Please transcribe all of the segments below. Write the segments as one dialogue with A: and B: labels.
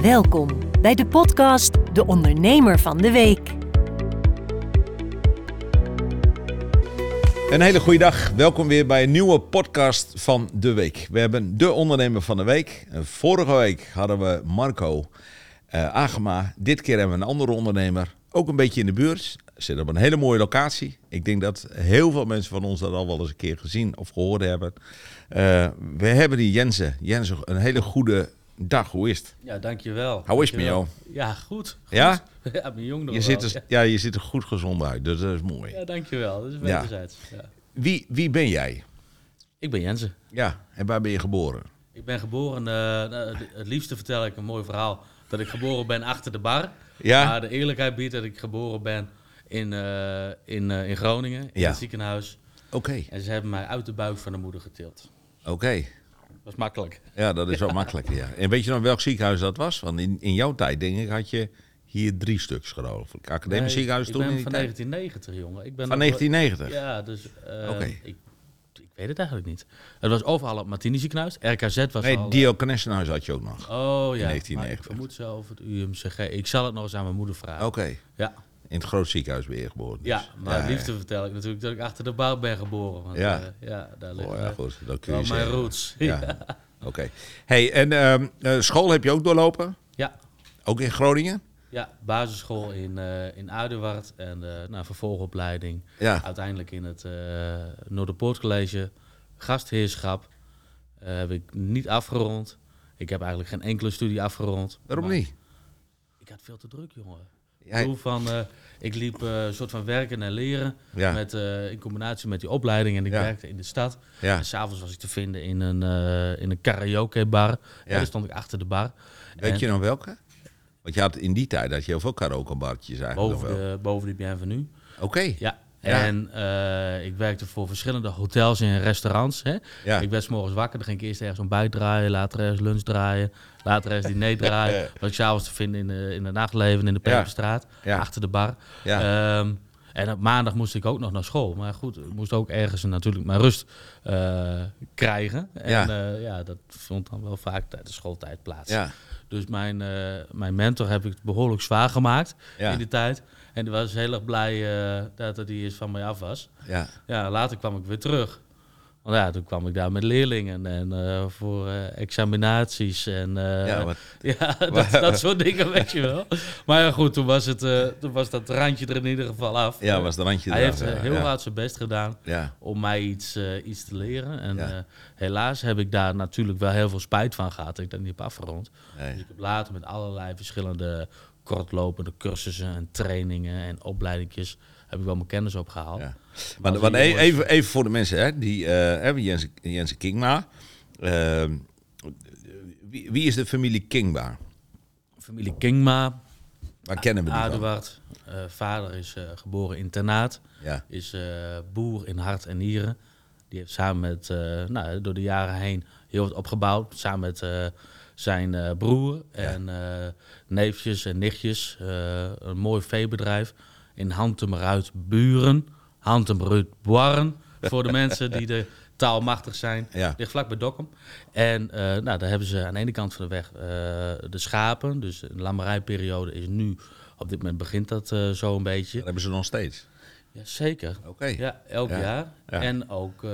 A: Welkom bij de podcast De Ondernemer van de Week.
B: Een hele goede dag. Welkom weer bij een nieuwe podcast van de week. We hebben de ondernemer van de week. En Vorige week hadden we Marco eh, Agema. Dit keer hebben we een andere ondernemer. Ook een beetje in de buurt. Zit op een hele mooie locatie. Ik denk dat heel veel mensen van ons dat al wel eens een keer gezien of gehoord hebben. Eh, we hebben die Jensen. Jensen, een hele goede dag. Hoe is het?
C: Ja, dankjewel.
B: How is
C: Dankjewel.
B: me,
C: Ja, goed. goed.
B: Ja?
C: Ja, mijn jong nog
B: Je dus-
C: wel.
B: ziet, er,
C: Ja.
B: ja, je ziet er goed gezond uit. Dus dat is mooi.
C: Ja, dankjewel. Dat is
B: Ja.
C: wederzijds. Ja.
B: Wie, wie ben jij?
C: Ik ben Jensen.
B: Ja, en waar ben je geboren?
C: Ik ben geboren, eh, nou, het- het liefste vertel ik een mooi verhaal, dat ik geboren ben achter de bar.
B: Ja.
C: Maar de eerlijkheid biedt dat ik geboren ben in, eh, in, eh, in Groningen, in
B: Ja.
C: het ziekenhuis.
B: Oké.
C: En ze hebben mij uit de buik van de moeder getild.
B: Oké.
C: Dat was makkelijk.
B: Ja, dat is wel makkelijker, ja. En weet je nog welk ziekenhuis dat was? Want in, in jouw tijd, denk ik, had je hier drie stuks geloof ik. Academisch
C: Nee,
B: ziekenhuis toen
C: Ik
B: in
C: ben
B: die
C: van
B: tijd?
C: 1990, jongen. Ik ben
B: Van
C: nog-
B: 1990?
C: Ja, dus eh,
B: Oké.
C: ik, ik weet het eigenlijk niet. Het was overal op Martini ziekenhuis. RKZ was al...
B: Nee, Diocnessenhuis had je ook nog.
C: Oh ja,
B: 1990.
C: maar ik vermoed ze over het UMCG. Ik zal het nog eens aan mijn moeder vragen.
B: Oké.
C: Ja.
B: In het groot ziekenhuis ben je geboren. dus.
C: ja, maar
B: Oh. ja.
C: liefde vertel ik natuurlijk dat ik achter de bouw ben geboren. Want,
B: Ja.
C: ja. ja, daar
B: Oh,
C: liggen
B: ja,
C: eh,
B: goed. Dat kun je
C: wel mijn
B: zeggen.
C: roots.
B: Ja.
C: Ja.
B: Oké. hey, en ehm, eh, school heb je ook doorlopen?
C: ja.
B: Ook in Groningen?
C: Ja, basisschool in, eh in Aduard en eh nou, vervolgopleiding.
B: Ja.
C: Uiteindelijk in het eh Noorderpoortcollege. Gastheerschap eh, heb ik niet afgerond. Ik heb eigenlijk geen enkele studie afgerond.
B: Waarom
C: Maar
B: niet?
C: Ik had veel te druk, jongen.
B: Jij-
C: Ik, bedoel van, eh, ik liep eh, een soort van werken en leren.
B: Ja.
C: Met, eh, in combinatie met die opleiding. En ik
B: Ja.
C: werkte in de stad.
B: Ja.
C: En s'avonds was ik te vinden in een, eh in een karaokebar.
B: Ja.
C: En daar stond ik achter de bar.
B: Weet
C: En
B: je nog welke? Want je had in die tijd dat je heel veel karaokebartjes eigenlijk
C: boven,
B: nog wel.
C: de, boven de bienvenue.
B: Oké.
C: Ja.
B: Ja.
C: En eh, ik werkte voor verschillende hotels en restaurants. Hè.
B: Ja.
C: Ik werd 's morgens wakker, dan ging ik eerst ergens ontbijt draaien, later ergens lunch draaien, later ergens diner draaien. Wat ik s'avonds te vinden in de, in de nachtleven in de
B: Ja.
C: Perpenstraat,
B: Ja.
C: achter de bar.
B: Ja.
C: Ehm, en op maandag moest ik ook nog naar school. Maar goed, ik moest ook ergens natuurlijk mijn rust eh, krijgen. En
B: Ja.
C: ja. ja, dat vond dan wel vaak tijdens schooltijd plaats.
B: Ja.
C: Dus mijn, eh, mijn mentor heb ik behoorlijk zwaar gemaakt
B: Ja.
C: in die tijd. En die was heel erg blij eh, dat hij eens van mij af was.
B: Ja.
C: Ja, later kwam ik weer terug. Want ja, toen kwam ik daar met leerlingen en eh, voor eh, examinaties en eh,
B: Ja, wat-
C: ja, dat, dat soort dingen, weet je wel. Maar ja, goed, toen was, het, eh, toen was dat randje er in ieder geval af.
B: Ja, was het randje
C: Hij
B: eraf,
C: heeft eh,
B: ja,
C: heel
B: ja.
C: hard zijn best gedaan
B: Ja.
C: om mij iets, eh, iets te leren. En
B: Ja.
C: eh, helaas heb ik daar natuurlijk wel heel veel spijt van gehad dat ik dat niet heb afgerond.
B: Nee.
C: Dus ik heb later met allerlei verschillende kortlopende cursussen en trainingen en opleidingjes... heb ik wel mijn kennis opgehaald.
B: Ja.
C: Maar
B: Maar,
C: als
B: maar
C: die
B: e-
C: jongens-
B: even, even voor de mensen, hè, die eh, hebben Jensen, Jensen Kingma. Ehm, wie, wie is de familie Kingma?
C: Familie Kingma,
B: Waar kennen we die van?
C: Aduard. eh, vader is eh, geboren in internaat.
B: Ja.
C: Is eh, boer in hart en nieren. Die heeft samen met, eh, nou, door de jaren heen heel wat opgebouwd. Samen met eh, zijn eh, broer en eh, neefjes en nichtjes. Eh, een mooi veebedrijf in Hantemeruit Buren. Hantemeruit Boarren. Voor de mensen die de taalmachtig zijn.
B: Ja.
C: Ligt vlak bij Dokkum. En eh, nou, daar hebben ze aan de ene kant van de weg eh, de schapen. Dus de lammerijperiode is nu, op dit moment begint dat eh, zo een beetje.
B: Dat hebben ze nog steeds.
C: Ja, zeker.
B: Oké.
C: Ja, elk
B: Ja.
C: jaar.
B: Ja.
C: En ook eh,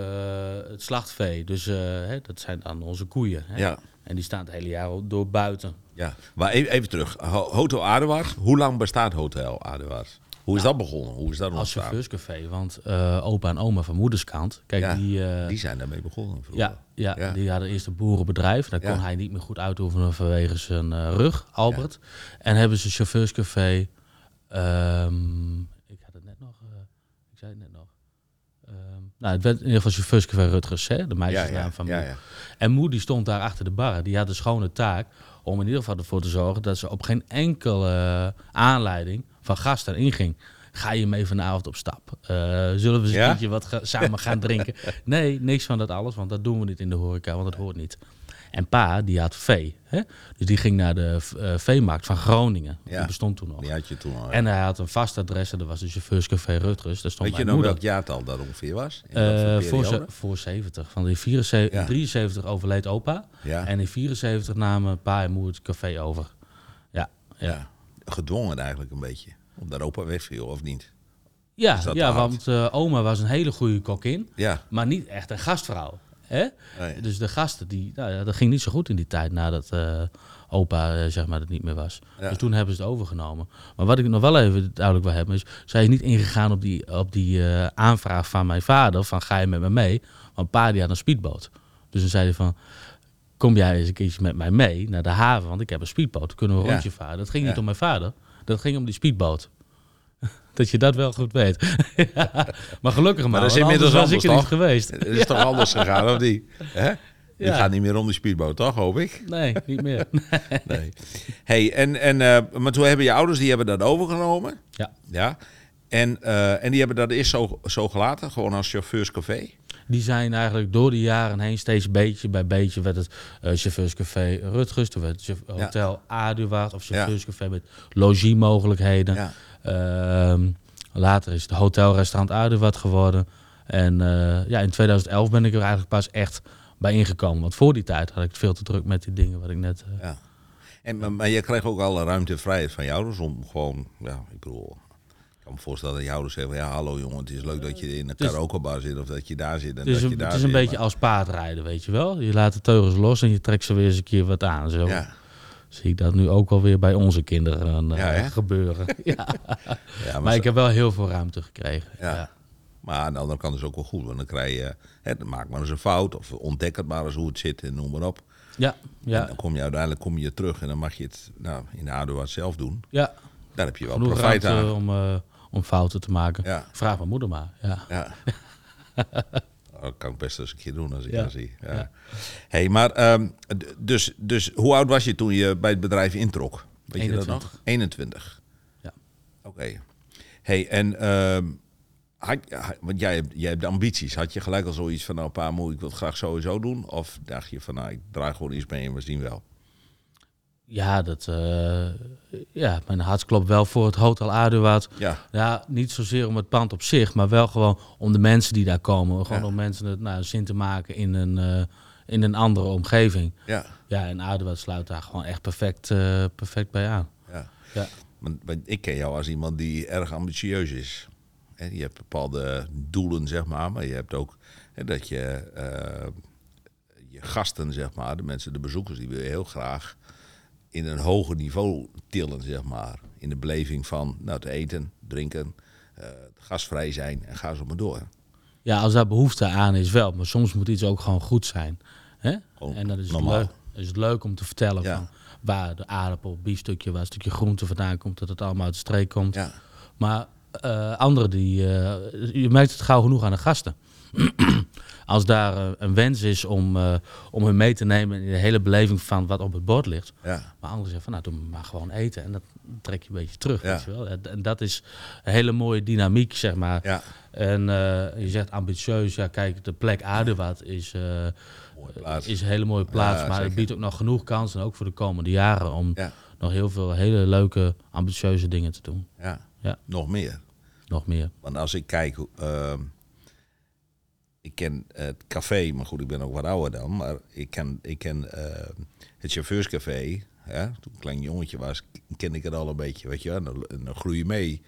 C: het slachtvee. Dus eh, hè, dat zijn dan onze koeien. Hè?
B: Ja.
C: En die staan het hele jaar door buiten.
B: Ja. Maar even, even terug. Ho- Hotel Aduard. Hoe lang bestaat Hotel Aduard? Hoe is dat begonnen? Hoe is dat
C: Nou, Als
B: ontstaan?
C: chauffeurscafé. Want eh, opa en oma van moederskant, kijk,
B: ja,
C: die... eh,
B: die zijn daarmee begonnen vroeger.
C: Ja, ja,
B: Ja.
C: die hadden eerst een boerenbedrijf. Daar
B: Ja.
C: kon hij niet meer goed uitoefenen vanwege zijn eh, rug, Albert. En hebben ze een chauffeurscafé. ehm, ik had het net nog. eh, ik zei het net nog. Ehm, nou, het werd in ieder geval chauffeurscafé Rutgers, hè? de meisjesnaam
B: Ja, ja,
C: van
B: ja,
C: Moe.
B: ja.
C: En Moe die stond daar achter de bar. Die had de schone taak om in ieder geval ervoor te zorgen dat ze op geen enkele eh, aanleiding van gasten inging. Ga je mee vanavond op stap? Eh, zullen we eens
B: Ja?
C: een keertje wat ga- samen gaan drinken? Nee, niks van dat alles, want dat doen we niet in de horeca, want dat hoort niet. En pa, die had vee. Hè? Dus die ging naar de v- eh, veemarkt van Groningen.
B: Ja.
C: Die bestond toen nog.
B: Die had je toen al.
C: En hij had een vast adres, en dat was de chauffeurscafé Rutgers. Daar stond
B: Weet je nou
C: mijn
B: nog
C: moeder.
B: welk jaartal dat ongeveer was? In wat
C: Eh, voor,
B: periode?
C: ze- voor 70. Van die 74,
B: Ja.
C: 73 overleed opa.
B: Ja.
C: En in 74 namen pa en moeder het café over. ja.
B: Gedwongen eigenlijk een beetje. Omdat opa wegviel, of niet?
C: Ja,
B: Is dat
C: ja
B: te hard?
C: want eh, oma was een hele goede kokin,
B: Ja.
C: maar niet echt een gastvrouw. Hè?
B: Nee.
C: Dus de gasten, die, nou ja, dat ging niet zo goed in die tijd nadat eh, opa eh, zeg maar, het niet meer was.
B: Ja.
C: Dus toen hebben ze het overgenomen. Maar wat ik nog wel even duidelijk wil hebben is, zij is niet ingegaan op die, op die eh, aanvraag van mijn vader, van ga je met me mee? Want pa die had een speedboot. Dus toen zei hij van, kom jij eens een keertje met mij mee naar de haven, want ik heb een speedboot, dan kunnen we een
B: Ja.
C: rondje varen. Dat ging niet
B: Ja.
C: om mijn vader, dat ging om die speedboot. Dat je dat wel goed weet. Ja. Maar gelukkig maar,
B: Maar dat is
C: want
B: inmiddels
C: anders was ik er
B: anders,
C: niet geweest.
B: Het is toch anders gegaan, of niet? Hè? Je
C: Ja.
B: gaat niet meer om die speedboot, toch, hoop ik?
C: Nee, niet meer.
B: Nee. Hey, en, en, eh, maar toen hebben je ouders die hebben dat overgenomen.
C: Ja,
B: Ja. En, eh, en die hebben dat eerst zo, zo gelaten, gewoon als chauffeurscafé.
C: die zijn eigenlijk door de jaren heen steeds beetje bij beetje werd het eh, chauffeurscafé Rutgers, toen werd het chauff-
B: Ja.
C: hotel Aduard of chauffeurscafé met logiemogelijkheden.
B: Ja.
C: Ehm, later is het hotelrestaurant Aduard geworden. En eh, ja, in 2011 ben ik er eigenlijk pas echt bij ingekomen. Want voor die tijd had ik het veel te druk met die dingen wat ik net... eh,
B: Ja. En, maar, maar je kreeg ook alle ruimte en vrijheid van je ouders om gewoon, ja, ik bedoel, ik kan me voorstellen dat je ouders zeggen van ja, hallo jongen, het is leuk dat je in een
C: Eh, is-
B: karaokebar zit of dat je daar zit en
C: Het is
B: dat
C: een,
B: je daar
C: het is een
B: zit,
C: beetje
B: maar-
C: als paardrijden, weet je wel. Je laat de teugels los en je trekt ze weer eens een keer wat aan. Zo
B: Ja.
C: zie ik dat nu ook alweer bij onze kinderen eh,
B: Ja, hè?
C: gebeuren. ja.
B: Ja, maar,
C: Maar
B: zo-
C: ik heb wel heel veel ruimte gekregen.
B: Ja.
C: Ja.
B: maar aan de andere kant is het ook wel goed, want dan krijg je, hè, dan maak maar eens een fout of ontdek het maar eens hoe het zit en noem maar op.
C: Ja,
B: En
C: ja,
B: dan kom je uiteindelijk kom je terug en dan mag je het nou, in de Aduard zelf doen.
C: ja.
B: Daar heb je wel
C: Genoeg
B: profijt
C: ruimte
B: aan.
C: om, eh, om fouten te maken.
B: Ja.
C: Vraag mijn moeder maar. Ja.
B: Ja. Oh, Dat kan ik best eens een keer doen als ik
C: Ja.
B: dat zie. Ja. hey, maar ehm, d- dus, dus hoe oud was je toen je bij het bedrijf introk? Weet je dat
C: 21.
B: nog? 21.
C: Ja.
B: Oké. hey, en ehm, had, had- want jij, hebt- jij hebt de ambities. Had je gelijk al zoiets van, nou pa, moet ik wil het graag sowieso doen? Of dacht je van, nou, ik draai gewoon iets mee en we zien wel?
C: Ja, dat, eh, ja, mijn hart klopt wel voor het Hotel Aduard.
B: Ja.
C: Ja, niet zozeer om het pand op zich, maar wel gewoon om de mensen die daar komen. Gewoon
B: Ja.
C: om mensen het nou, zin te maken in een, eh, in een andere omgeving.
B: Ja.
C: Ja, en Aduard sluit daar gewoon echt perfect, eh, perfect bij aan.
B: ja.
C: Ja.
B: Want, want ik ken jou als iemand die erg ambitieus is. En je hebt bepaalde doelen, zeg maar, maar je hebt ook hè, dat je eh, je gasten, zeg maar, de mensen, de bezoekers, die wil je heel graag in een hoger niveau tillen, zeg maar. In de beleving van nou, het eten, drinken, eh, gastvrij zijn en ga zo maar door.
C: Ja, als daar behoefte aan is wel. Maar soms moet iets ook gewoon goed zijn. Hè?
B: Gewoon
C: En dan is het,
B: normaal.
C: leuk, is het leuk om te vertellen
B: Ja.
C: van waar de aardappel, biefstukje, waar een stukje groente vandaan komt. Dat het allemaal uit de streek komt.
B: Ja.
C: Maar eh, anderen die... eh, je merkt het gauw genoeg aan de gasten. als daar eh, een wens is om, eh, om hun mee te nemen in de hele beleving van wat op het bord ligt.
B: Ja.
C: Maar anderen zeggen van, nou, doe me maar gewoon eten. En dat trek je een beetje terug,
B: Ja.
C: weet je wel. En- En dat is een hele mooie dynamiek, zeg maar.
B: Ja.
C: En eh, je zegt ambitieus, ja kijk, de plek Aardewaard is, eh,
B: plaats.
C: is een hele mooie plaats.
B: Ja,
C: maar
B: zeker.
C: het biedt ook nog genoeg kansen, ook voor de komende jaren, om
B: Ja.
C: nog heel veel hele leuke, ambitieuze dingen te doen.
B: Ja.
C: Ja.
B: Nog meer.
C: Nog meer.
B: Want als ik kijk, ehm, ik ken het café, maar goed, ik ben ook wat ouder dan. Maar ik ken, ik ken ehm, het chauffeurscafé. Hè? Toen ik klein jongetje was, kende ik het al een beetje. Weet je, wel. en dan, en dan groei je mee.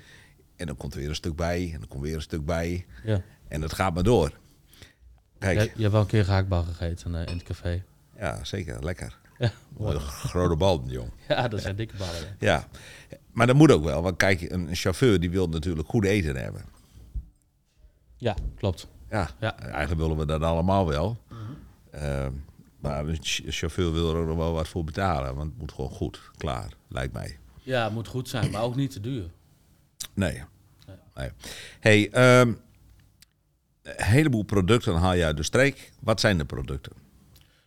B: En dan komt er weer een stuk bij, en dan komt weer een stuk bij.
C: Ja.
B: En dat gaat maar door. Kijk,
C: Je, je hebt wel een keer gehaktbal gegeten eh, in het café.
B: ja, zeker, lekker.
C: Ja,
B: Een grote bal, jong.
C: ja dat zijn dikke ballen. hè.
B: Ja, maar dat moet ook wel. Want kijk, een chauffeur die wil natuurlijk goed eten hebben.
C: Ja, klopt.
B: Ja,
C: Ja. Mhm.
B: eigenlijk willen we dat allemaal wel. Ehm, maar een ch- chauffeur wil er ook nog wel wat voor betalen. Want het moet gewoon goed, klaar, lijkt mij.
C: Ja, het moet goed zijn, maar ook niet te duur.
B: Nee. nee. Hey, ehm, een heleboel producten haal je uit de streek. Wat zijn de producten?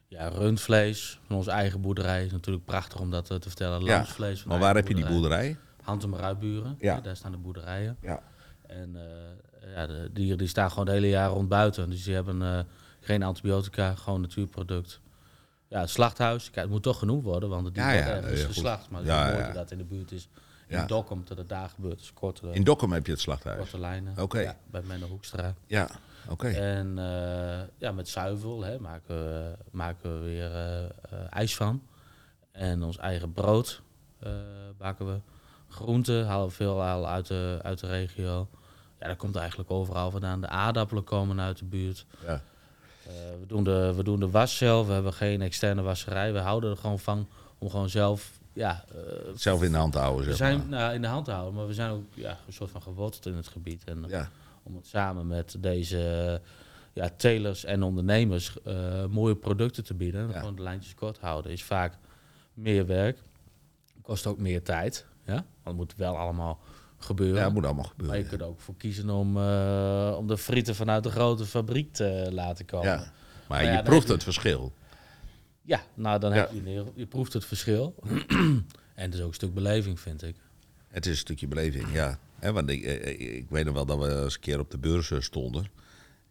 C: Ja, rundvlees van onze eigen boerderij is natuurlijk prachtig om dat eh, te vertellen. Lamsvlees van de
B: maar waar heb
C: eigen
B: je die boerderij?
C: Hantum Ruiburen,
B: Ja.
C: ja. daar staan de boerderijen.
B: Ja.
C: En eh, ja, de dieren die staan gewoon het hele jaar rond buiten. Dus die hebben eh, geen antibiotica, gewoon natuurproduct. Ja, het slachthuis, kijk, het moet toch genoemd worden, want het dier
B: Ja,
C: wordt
B: ja,
C: ergens
B: ja, goed.
C: geslacht. Maar het
B: Ja,
C: is mooi
B: ja.
C: dat dat in de buurt is. In
B: Ja.
C: Dokkum, dat het daar gebeurt. Dus korte,
B: In Dokkum heb je het slachthuis.
C: korte lijnen.
B: Oké.
C: Ja, bij Menno Hoekstra.
B: Ja, oké.
C: En eh, ja, met zuivel hè, maken, we, maken we weer eh, eh, ijs van. En ons eigen brood. eh, baken we. Groenten halen we veel al uit de, uit de regio. Ja, dat komt eigenlijk overal vandaan. De aardappelen komen uit de buurt.
B: Ja.
C: Eh, we, doen de, we doen de was zelf. We hebben geen externe wasserij. We houden er gewoon van om gewoon zelf... Ja, eh,
B: Zelf in de hand houden,
C: we
B: zeg
C: zijn
B: maar.
C: nou, in de hand te houden, maar we zijn ook ja, een soort van geworteld in het gebied. En eh,
B: Ja.
C: om het samen met deze ja, telers en ondernemers eh, mooie producten te bieden.
B: Ja.
C: Gewoon de lijntjes kort houden is vaak meer werk. Kost ook meer tijd. Ja? Want het moet wel allemaal gebeuren.
B: ja, dat moet allemaal
C: maar je
B: gebeuren.
C: kunt er ook voor kiezen om, eh, om de frieten vanuit de grote fabriek te laten komen.
B: ja.
C: Ja,
B: Maar,
C: Maar Nou ja,
B: je
C: dan
B: proeft
C: heb je-
B: het verschil.
C: nou dan
B: Ja.
C: heb je, in ieder geval- je proeft het verschil. en het is ook een stuk beleving, vind ik.
B: Het is een stukje beleving, ja. Hè, want ik, eh, eh, ik weet nog wel dat we eens een keer op de beurs eh, stonden.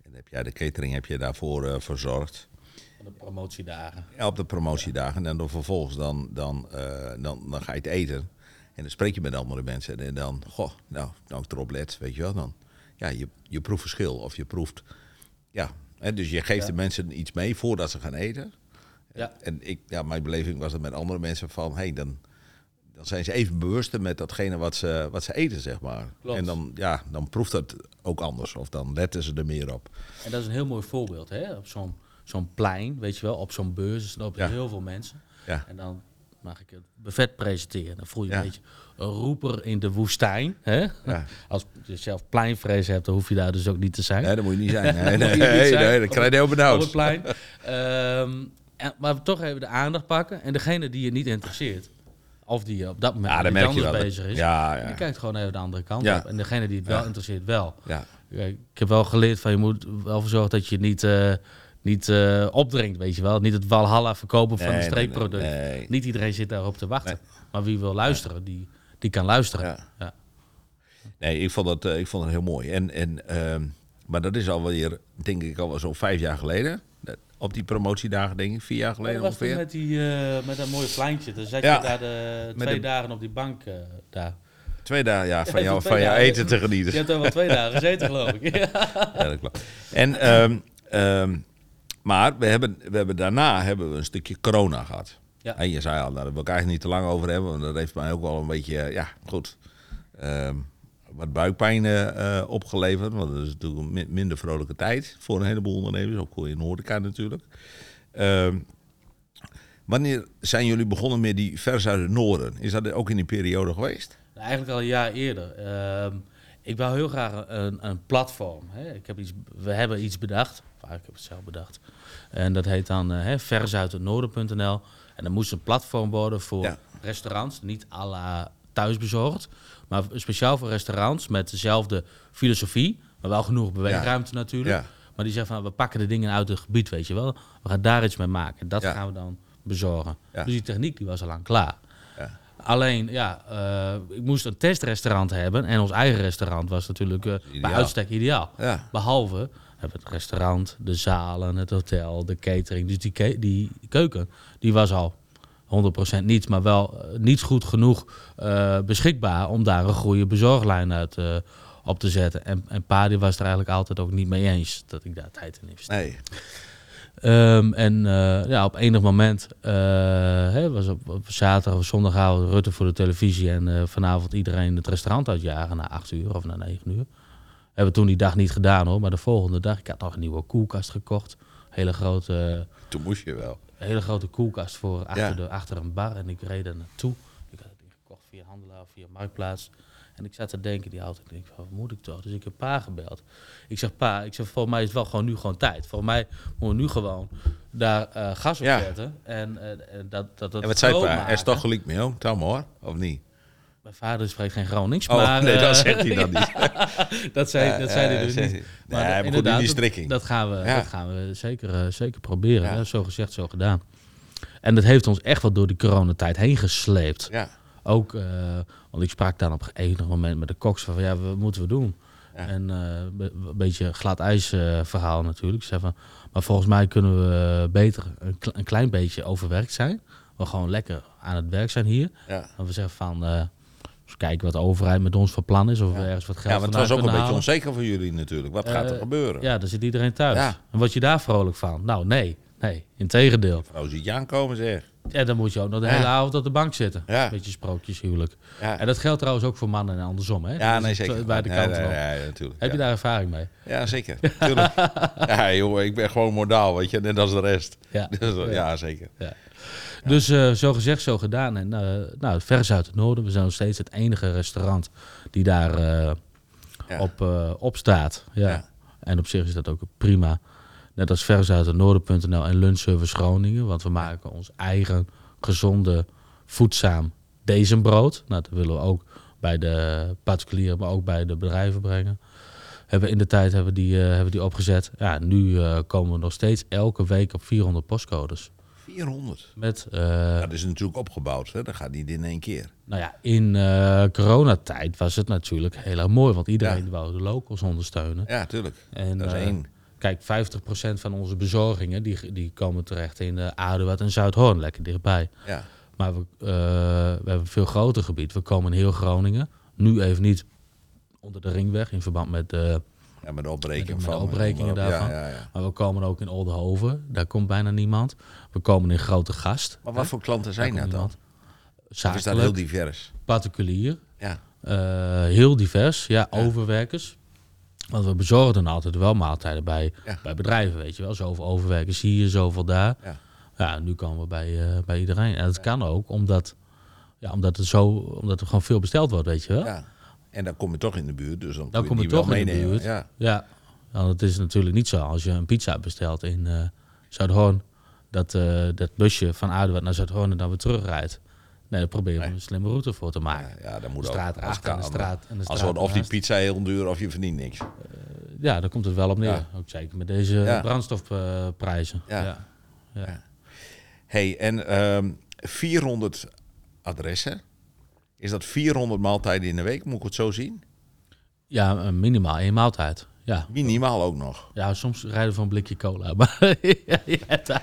B: En heb jij de catering heb je daarvoor eh, verzorgd.
C: Van de promotiedagen.
B: Ja, op de promotiedagen. En dan vervolgens dan, dan, eh, dan, dan ga je het eten. En dan spreek je met andere mensen. En dan, goh, nou, nou ik erop let, weet je wel. Dan, ja, je, je proeft verschil. Of je proeft, ja. Hè, dus je geeft de mensen iets mee voordat ze gaan eten. Eh,
C: Ja.
B: En ik, ja, mijn beleving was dat met andere mensen van, hey, dan, dan zijn ze even bewuster met datgene wat ze, wat ze eten, zeg maar.
C: Klopt.
B: En dan, ja, dan proeft dat ook anders. Of dan letten ze er meer op.
C: En dat is een heel mooi voorbeeld, hè? Op zo'n zo'n plein, weet je wel, op zo'n beurs lopen
B: Ja.
C: heel veel mensen.
B: Ja.
C: En dan mag ik het buffet presenteren. Dan voel je
B: Ja.
C: een beetje een roeper in de woestijn. Hè?
B: Ja.
C: Als je zelf pleinvrees hebt, dan hoef je daar dus ook niet te zijn.
B: Nee, dat moet je niet zijn. Nee,
C: Moet
B: nee,
C: je niet
B: nee,
C: zijn.
B: nee, dat
C: Op
B: krijg je heel
C: Op het
B: benauwd.
C: plein. Ehm, en- maar toch even de aandacht pakken. En degene die je niet interesseert, of die je op dat moment
B: Ja, dat
C: met iets
B: merk je
C: anders
B: wel.
C: bezig is,
B: Ja,
C: die
B: ja.
C: kijkt gewoon even de andere kant
B: Ja.
C: op. En degene die het wel
B: Ja.
C: interesseert, wel.
B: Ja,
C: Ja, ik heb wel geleerd van je moet wel voor zorgen dat je niet, eh, niet eh, opdringt, weet je wel. Niet het Walhalla verkopen van
B: Nee,
C: een
B: nee,
C: streekproduct.
B: nee, nee.
C: Niet iedereen zit daarop te wachten. Maar wie wil luisteren, die, die kan luisteren.
B: Ja.
C: Ja.
B: nee ik, vond dat, eh, ik vond dat heel mooi. En, en, ehm, maar dat is alweer, denk ik, al zo'n vijf jaar geleden. Dat- Op die promotiedagen, denk ik, vier jaar geleden
C: Dat was toen
B: ongeveer.
C: met, die, eh, met dat mooie pleintje. Dan zat
B: Ja.
C: je daar de
B: Met
C: twee
B: de-
C: dagen op die bank. eh, daar.
B: Twee dagen ja, van
C: Ja,
B: jouw
C: toen
B: van
C: twee
B: jou
C: dagen.
B: eten te
C: Je
B: genieten.
C: hebt daar wel twee dagen gezeten, geloof ik. Ja.
B: Ja, dat klopt. En, ehm, ehm, maar we hebben, we hebben daarna hebben we een stukje corona gehad.
C: Ja.
B: En je zei al, nou, daar wil ik eigenlijk niet te lang over hebben. Want dat heeft mij ook wel een beetje, eh, ja, goed. ehm, wat buikpijn eh, eh, opgeleverd. Want dat is natuurlijk een min- minder vrolijke tijd voor een heleboel ondernemers. Ook voor in de horeca natuurlijk. Ehm, wanneer zijn jullie begonnen met die vers uit het noorden? Is dat ook in die periode geweest?
C: Nou, Eigenlijk al een jaar eerder. Ehm, ik wou heel graag een, een platform. Hè. Ik heb iets, we hebben iets bedacht. Of eigenlijk heb ik het zelf bedacht. En dat heet dan eh, hè, versuithetnoorden.nl. En dat moest een platform worden voor
B: Ja.
C: restaurants. Niet à la thuisbezorgd. Maar speciaal voor restaurants met dezelfde filosofie. Maar wel genoeg beweegruimte natuurlijk.
B: Ja.
C: Maar die zeggen van we pakken de dingen uit het gebied, weet je wel. We gaan daar iets mee maken. Dat
B: Ja.
C: gaan we dan bezorgen.
B: Ja.
C: Dus die techniek die was al lang klaar.
B: Ja.
C: Alleen, ja, eh, ik moest een testrestaurant hebben. En ons eigen restaurant was natuurlijk eh, bij
B: Ideaal.
C: uitstek ideaal.
B: Ja.
C: Behalve we hebben het restaurant, de zalen, het hotel, de catering. Dus die, ke- die keuken, die was al 100% niets, maar wel eh, niet goed genoeg eh, beschikbaar om daar een goede bezorglijn uit eh, op te zetten. En, en Pa die was er eigenlijk altijd ook niet mee eens dat ik daar tijd in investeerde.
B: Nee.
C: Ehm, en eh, ja, op enig moment eh, hè, was op, op zaterdag of zondagavond Rutte voor de televisie. En eh, vanavond iedereen het restaurant uitjagen na acht uur of na negen uur. Hebben we toen die dag niet gedaan hoor. Maar de volgende dag, ik had nog een nieuwe koelkast gekocht. Hele grote,
B: Toen moest je wel.
C: hele grote koelkast voor achter,
B: Ja.
C: de, achter een bar. En ik reed daar naartoe. Ik had het ding gekocht via handelaar, via marktplaats. En ik zat te denken, die auto, ik denk, wat moet ik toch? Dus ik heb pa gebeld. Ik zeg, pa, ik zeg, volgens mij is het wel gewoon nu gewoon tijd. Volgens mij moeten we nu gewoon daar eh, gas op
B: Ja.
C: zetten. En, eh, en dat, dat, dat
B: En wat zei
C: groot
B: pa? Er is
C: maken.
B: toch gelijk mee, hoor. Tam hoor, of niet?
C: Mijn vader spreekt geen Gronings,
B: Oh,
C: maar...
B: nee, dat
C: eh,
B: zegt hij dan niet.
C: dat zei,
B: Ja,
C: dat zei
B: ja,
C: hij dus
B: zei
C: niet.
B: hij.
C: Maar
B: Nee,
C: dat-
B: maar goed,
C: inderdaad,
B: die
C: dat-
B: strekking.
C: Dat gaan we,
B: Ja.
C: dat gaan we zeker, eh, zeker proberen.
B: Ja.
C: hè. Zo gezegd, zo gedaan. En dat heeft ons echt wel door die coronatijd heen gesleept.
B: Ja.
C: Ook, eh, want ik sprak dan op een enig moment met de koks van, ja, wat moeten we doen?
B: Ja.
C: En eh, be- een beetje glad ijs eh, verhaal natuurlijk. Ik zei van, maar volgens mij kunnen we beter een, kle- een klein beetje overwerkt zijn. We gewoon lekker aan het werk zijn hier.
B: Ja.
C: En we zeggen van, eh eens kijken wat de overheid met ons van plan is. Of we ergens wat geld
B: Ja, want het
C: vandaan
B: was ook een
C: kunnen
B: beetje
C: halen.
B: onzeker voor jullie natuurlijk. Wat gaat er
C: Eh,
B: gebeuren?
C: Ja, dan zit iedereen thuis.
B: Ja.
C: En word je daar vrolijk van? Nou, nee. Nee, integendeel.
B: Nou ziet je aankomen zeg.
C: En dan moet je ook nog de
B: Ja.
C: hele avond op de bank zitten.
B: Ja.
C: Beetje sprookjeshuwelijk.
B: Ja.
C: En dat geldt trouwens ook voor mannen en andersom. Hè?
B: Ja,
C: Dus
B: nee,
C: het-
B: zeker.
C: Bij de
B: Nee,
C: kant
B: nee,
C: wel.
B: nee, natuurlijk.
C: Heb je
B: ja.
C: daar ervaring mee?
B: ja, zeker. Tuurlijk. ja, joh, ik ben gewoon modaal, weet je. Net als de rest.
C: Ja.
B: Dus, eh, ja, zeker.
C: Ja. Dus eh, zo gezegd, zo gedaan. En eh, nou, vers uit het noorden. We zijn nog steeds het enige restaurant die daar eh,
B: Ja.
C: op, eh, op staat. Ja.
B: Ja.
C: En op zich is dat ook prima. Net als vers uit het noorden.nl en lunchservice Groningen. Want we maken ons eigen gezonde, voedzaam bezembrood. Nou, dat willen we ook bij de particulieren, maar ook bij de bedrijven brengen. Hebben we in de tijd hebben we die, eh, hebben we die opgezet. Ja, nu eh, komen we nog steeds elke week op 400 postcodes.
B: 400.
C: Met, eh,
B: Ja, dat is natuurlijk opgebouwd. Hè? Dat gaat niet in één keer.
C: nou ja, in eh, coronatijd was het natuurlijk heel erg mooi, want iedereen
B: Ja.
C: wou de locals ondersteunen.
B: Ja, tuurlijk.
C: En,
B: dat is
C: eh,
B: één.
C: Kijk, 50% van onze bezorgingen die, die komen terecht in eh Aduard en Zuidhoorn, lekker dichtbij.
B: Ja.
C: Maar we, eh, we hebben een veel groter gebied. We komen in heel Groningen. Nu even niet onder de ringweg in verband met de
B: ja, met de opbreking
C: Met de
B: van.
C: opbrekingen
B: Ja,
C: daarvan.
B: ja, ja.
C: Maar we komen ook in Oldenhoven. Daar komt bijna niemand. We komen in Grote Gast.
B: Maar wat voor klanten
C: Daar
B: zijn dat
C: komt
B: dan?
C: niemand.
B: Dat is dat heel
C: Zakelijk,
B: divers.
C: particulier.
B: Ja.
C: Eh, heel divers, ja, overwerkers. Want we bezorgden altijd wel maaltijden bij,
B: Ja.
C: bij bedrijven, weet je wel. Zoveel overwerkers hier, zoveel daar.
B: Ja.
C: Ja, nu komen we bij, eh, bij iedereen. En dat kan ook, omdat, ja, omdat, het zo, omdat er gewoon veel besteld wordt, weet je wel.
B: ja. En dan kom je toch in de buurt, dus dan,
C: Dan
B: kun
C: kom
B: je
C: je
B: die wel
C: toch in de
B: meenemen.
C: buurt.
B: Ja.
C: Ja, want het is natuurlijk niet zo als je een pizza bestelt in eh, Zuidhoorn, dat, eh, dat busje van Aardewaard naar Zuidhoorn en dan weer terugrijdt. Nee, daar proberen we een slimme route voor te maken.
B: Ja, ja, dan moet
C: De
B: ook.
C: straat
B: Als
C: achter en de
B: kan.
C: straat- en
B: Als
C: de straat
B: wordt of die
C: ernaast.
B: pizza heel duur of je verdient niks.
C: Ja, daar komt het wel op neer.
B: Ja.
C: Ook zeker met deze
B: Ja.
C: brandstofprijzen.
B: Ja.
C: Ja. Ja.
B: hey, en ehm, 400 adressen. Is dat 400 maaltijden in de week? Moet ik het zo zien?
C: Ja, eh, minimaal één maaltijd. Ja.
B: Minimaal ook nog.
C: ja, soms rijden we van een blikje cola. Maar je
B: Dat is
C: hebt de
B: wel een hele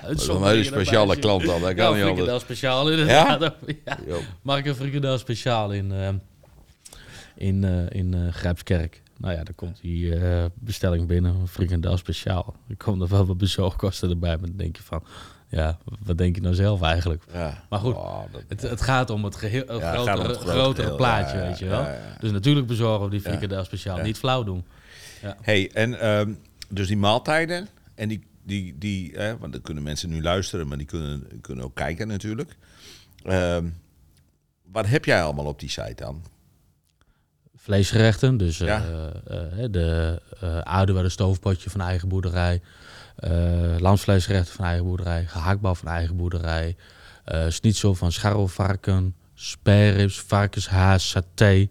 C: uitzonderingen
B: speciale
C: erbij.
B: klant dan. Dat
C: Ja,
B: kan
C: een
B: niet anders.
C: frikandel speciaal inderdaad. Ja?
B: Jo.
C: Mag ik een frikandel speciaal in, eh, in, eh, in eh, Grijpskerk? Nou ja, dan komt die eh, bestelling binnen, een frikandel speciaal. Er komen er wel wat bezorgkosten erbij, maar dan denk je van... Ja, wat denk je nou zelf eigenlijk?
B: Ja.
C: Maar goed,
B: Oh, dat-
C: Het, het gaat om het, geheel, het
B: Ja, het gaat
C: grotere,
B: om het grote
C: grotere
B: geheel,
C: plaatje,
B: ja, ja,
C: weet je wel.
B: ja, ja.
C: Dus natuurlijk bezorgen we die frikandel speciaal. Niet flauw doen.
B: hey, en ehm, dus die maaltijden. En die, die, die hè, want dan kunnen mensen nu luisteren, maar die kunnen, kunnen ook kijken natuurlijk. Ehm, wat heb jij allemaal op die site dan?
C: Vleesgerechten, dus eh,
B: Ja.
C: eh, eh, de eh aardewerk, de stoofpotje van eigen boerderij. eh lamsvleesgerechten van eigen boerderij. Gehaakbal van eigen boerderij. eh schnitzel van scharrelvarken. Sperrips, varkenshaas, saté.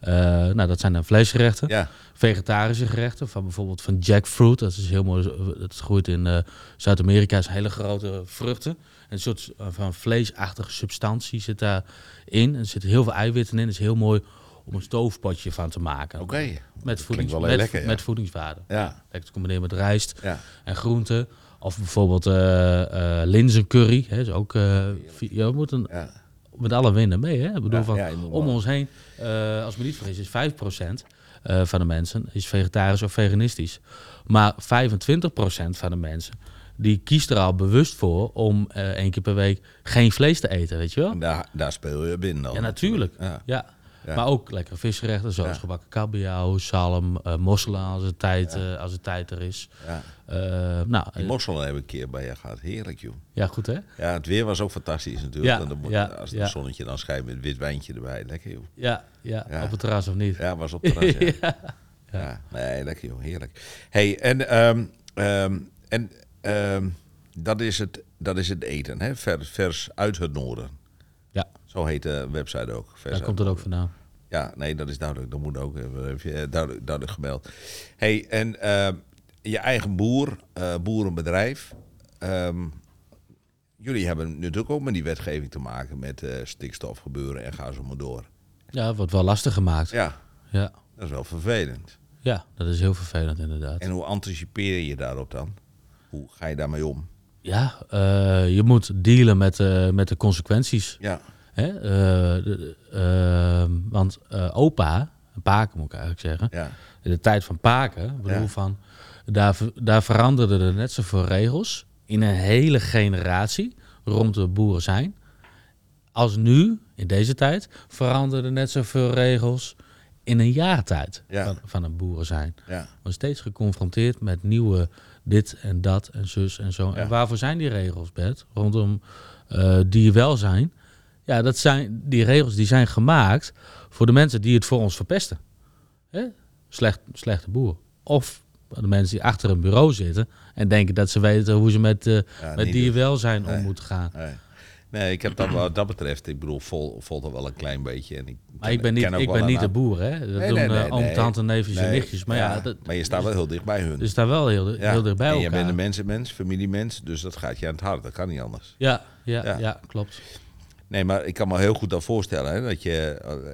C: Eh, nou, dat zijn dan vleesgerechten.
B: Ja,
C: vegetarische gerechten. Van bijvoorbeeld van jackfruit. Dat is heel mooi. Het groeit in eh, Zuid-Amerika. is hele grote vruchten. Een soort eh, van vleesachtige substantie zit daarin. Er zitten heel veel eiwitten in. Het is heel mooi om een stoofpotje van te maken.
B: oké.
C: Met,
B: Dat klinkt
C: voedings
B: wel
C: met,
B: heel lekker. Ja.
C: met voedingswaarde.
B: ja.
C: Lekker te combineren met rijst
B: Ja.
C: en groenten. Of bijvoorbeeld eh eh linzencurry. Hè, is ook, eh, vi- ja, we moeten
B: Ja.
C: met alle winden mee. Hè? Ik bedoel,
B: Ja,
C: van,
B: ja, je moet
C: om
B: wel.
C: ons heen, eh, als ik me niet vergis, is 5% eh, van de mensen is vegetarisch of veganistisch. Maar 25% van de mensen, die kiest er al bewust voor om eh, één keer per week geen vlees te eten, weet je wel?
B: En daar, daar speel je binnen dan.
C: Ja, natuurlijk.
B: Ja.
C: Ja.
B: Ja.
C: Maar ook lekkere visgerechten, zoals gebakken kabeljauw, zalm, eh mosselen als het tijd, eh, als het tijd er is.
B: Ja.
C: Eh, nou,
B: Die
C: eh,
B: mosselen heb ik een keer bij je gehad. Heerlijk, joh.
C: ja, goed hè?
B: Ja, het weer was ook fantastisch natuurlijk.
C: Ja,
B: en dan moet,
C: ja,
B: als het
C: ja.
B: zonnetje dan schijnt met wit wijntje erbij. Lekker, joh.
C: Ja, ja,
B: Ja.
C: op het terras of niet.
B: Ja, was op terras, ja. ja. nee, lekker joh, heerlijk. hey, en, ehm, ehm, en ehm, dat, is het, dat is het eten, hè? Vers, vers uit het noorden.
C: Ja,
B: Zo heet de website ook. Vers
C: daar
B: uit
C: komt het ook vandaan.
B: ja, nee, dat is duidelijk. Dat moet ook. eh, we hebben je, eh, duidelijk, duidelijk gemeld. hey, en ehm, je eigen boer, eh, boerenbedrijf. Ehm, jullie hebben natuurlijk ook met die wetgeving te maken met eh, stikstofgebeuren en ga zo maar door.
C: Ja, het wordt wel lastig gemaakt.
B: Ja,
C: Ja,
B: dat is wel vervelend.
C: ja dat is heel vervelend inderdaad.
B: En hoe anticipeer je daarop dan? Hoe ga je daarmee om?
C: Ja, eh, je moet dealen met, eh, met de consequenties.
B: Ja,
C: Hè? Eh, de- de- ehm, want eh, opa, Paken moet ik eigenlijk zeggen,
B: ja,
C: in de tijd van Paken, ik bedoel
B: Ja.
C: van, daar, ver- daar veranderden er net zoveel regels in een hele generatie rond de boeren zijn. Als nu, in deze tijd, veranderden net zoveel regels in een jaar tijd
B: Ja.
C: van, van een boeren zijn.
B: Ja.
C: We worden steeds geconfronteerd met nieuwe dit en dat en zus en zo.
B: Ja.
C: En waarvoor zijn die regels, Bert? Rondom eh dierwelzijn. Ja, dat zijn die regels die zijn gemaakt voor de mensen die het voor ons verpesten. Hè? Slecht, slechte boer. Of de mensen die achter een bureau zitten en denken dat ze weten hoe ze met, eh
B: Ja,
C: met
B: niet
C: dierwelzijn
B: Nee.
C: om moeten gaan.
B: Nee. Nee, ik heb dat wat dat betreft, ik bedoel, vol, vol er wel een klein beetje. En ik
C: Maar
B: ken-
C: ik ben niet,
B: ken ook
C: ik
B: wel
C: ben
B: een
C: niet de
B: aantal-
C: boer, hè?
B: Nee,
C: Dat doen
B: nee,
C: eh,
B: nee,
C: oom,
B: nee.
C: tante, neefjes en
B: Nee,
C: nichtjes. Maar ja, dat,
B: maar je staat wel heel dicht bij hun.
C: dus daar wel heel,
B: Ja,
C: heel dicht bij
B: en
C: elkaar.
B: je bent een mensenmens, familiemens, dus dat gaat je aan het hart. Dat kan niet anders.
C: Ja, ja,
B: Ja.
C: ja. klopt.
B: Nee, maar ik kan me heel goed dan voorstellen hè, dat je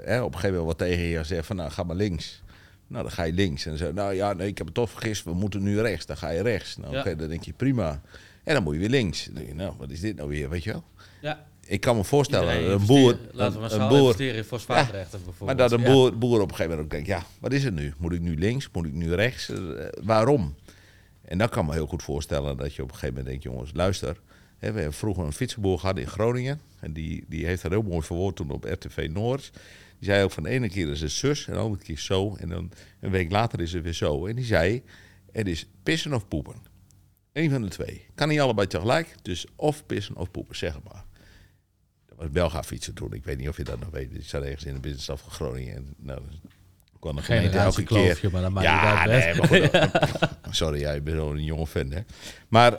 B: eh, op een gegeven moment wat tegen je zegt van nou ga maar links. Nou, dan ga je links. En dan zeg je, nou ja, nee, ik heb het toch vergist, we moeten nu rechts. Dan ga je rechts. Nou,
C: Ja.
B: oké, dan denk je prima. En dan moet je weer links. Dan denk je, nou, wat is dit nou weer, weet je wel?
C: Ja.
B: Ik kan me voorstellen,
C: Iedereen
B: een
C: investeer-
B: boer,
C: Laten we
B: een-
C: maar
B: een
C: snel
B: boer,
C: investeren in fosfaatrechten bijvoorbeeld.
B: maar dat een
C: Ja.
B: boer, boer op een gegeven moment ook denkt, ja, wat is het nu? Moet ik nu links? Moet ik nu rechts? Eh, waarom? En dan kan ik me heel goed voorstellen dat je op een gegeven moment denkt, jongens, luister. Hè, we hebben vroeger een fietsenboer gehad in Groningen. En die, die heeft dat heel mooi verwoord toen op RTV Noord. Die zei ook van de ene keer is het zus en de andere keer zo. En dan een week later is het weer zo. En die zei, het is pissen of poepen. Eén van de twee. Kan niet allebei tegelijk. Dus of pissen of poepen, zeg het maar. Dat was Belga fietsen toen. Ik weet niet of je dat nog weet. Ik zat ergens in de businessstaf van Groningen. En nou, dan kwam de gemeente elke keer.
C: Generatiekloofje, maar dat maakt
B: ja,
C: niet uit,
B: nee,
C: hè?
B: maar goed. Sorry, jij bent zo'n jonge fan, hè. Maar,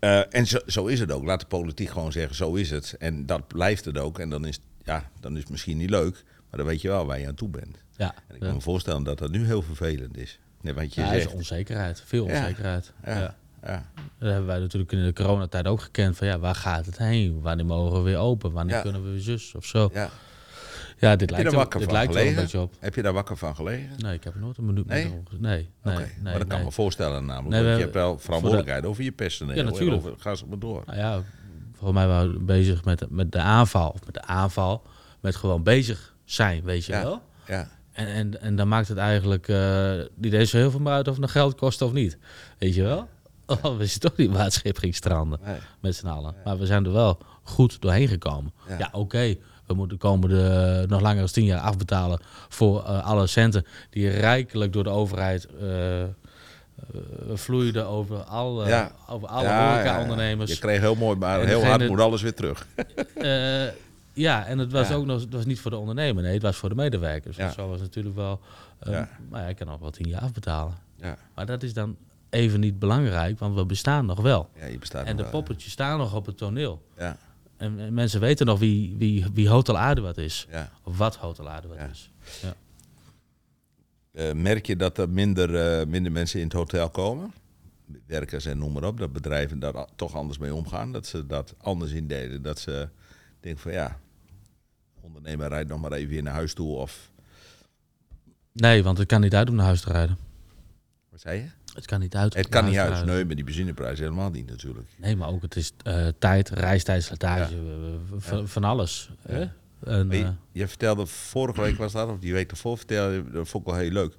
B: eh, en zo, zo is het ook. Laat de politiek gewoon zeggen, zo is het. En dat blijft het ook. En dan is, ja, dan is het misschien niet leuk. Maar dan weet je wel waar je aan toe bent.
C: Ja,
B: En ik kan
C: ja.
B: me voorstellen dat dat nu heel vervelend is. Net wat je
C: Ja, er is
B: zegt.
C: onzekerheid. Veel
B: Ja.
C: onzekerheid. Ja.
B: ja, ja,
C: Dat hebben wij natuurlijk in de coronatijd ook gekend. Van ja, waar gaat het heen? Wanneer mogen we weer open? Wanneer
B: Ja.
C: kunnen we weer zus of zo? Ja,
B: ja.
C: dit
B: Heb je
C: lijkt,
B: daar
C: wel,
B: wakker
C: dit
B: van
C: lijkt wel een
B: gelegen?
C: beetje op.
B: Heb je daar wakker van gelegen?
C: Nee, ik heb er nooit een minuut
B: Nee?
C: meer over. Nee, nee,
B: Oké,
C: nee.
B: maar dat kan
C: nee.
B: ik me voorstellen namelijk.
C: Nee, we
B: want je hebt
C: hebben-
B: wel verantwoordelijkheid over je personeel.
C: Ja, natuurlijk.
B: en over- Ga ze maar door.
C: Nou ja, volgens mij waren we bezig met, met de aanval. Of Met de aanval. Met gewoon bezig zijn, weet je
B: Ja.
C: wel?
B: Ja,
C: En, en, en dan maakt het eigenlijk eh niet eens zo heel veel meer uit of het nog geld kost of niet. Weet je wel? Oh, we zijn toch niet waar het schip ging stranden
B: Nee.
C: met z'n allen. Maar we zijn er wel goed doorheen gekomen.
B: Ja.
C: Ja, oké. We moeten de komende eh, nog langer dan tien jaar afbetalen voor eh, alle centen die rijkelijk door de overheid eh, eh, vloeiden over alle,
B: Ja.
C: Eh, over alle
B: Ja, ja, ja.
C: horeca-ondernemers.
B: Je kreeg heel mooi, maar
C: En
B: heel hard
C: degene-
B: moet alles weer terug.
C: Eh, ja, en het was
B: Ja.
C: ook nog het was niet voor de ondernemer, nee, het was voor de medewerkers.
B: Ja.
C: Want zo was het natuurlijk wel. eh,
B: Ja.
C: Maar ja, ik kan al wel tien jaar afbetalen.
B: Ja,
C: Maar dat is dan even niet belangrijk, want we bestaan nog wel.
B: ja eh, je bestaat
C: En de
B: nog wel.
C: poppetjes staan nog op het toneel.
B: Ja,
C: En, en mensen weten nog wie, wie, wie Hotel Aduard is.
B: ja.
C: Of wat Hotel Aduard
B: Ja.
C: is. Ja.
B: Eh, merk je dat er minder, eh, minder mensen in het hotel komen? Werkers en noem maar op. Dat bedrijven daar al- toch anders mee omgaan. Dat ze dat anders indelen. Dat ze denken van ja, ondernemer rijdt nog maar even weer naar huis toe. Of,
C: Nee, want het kan niet uit om naar huis te rijden.
B: wat zei je?
C: Het kan niet uit. om
B: Het kan
C: naar
B: niet
C: te
B: uit.
C: rijden.
B: Nee, met die benzineprijs helemaal niet natuurlijk.
C: Nee, maar ook het is eh, tijd, reistijd, slijtage, eh, van, van alles. Hè? En,
B: Maar
C: eh,
B: Je, je vertelde vorige week was dat, of die week ervoor vertelde je, dat vond ik wel heel leuk.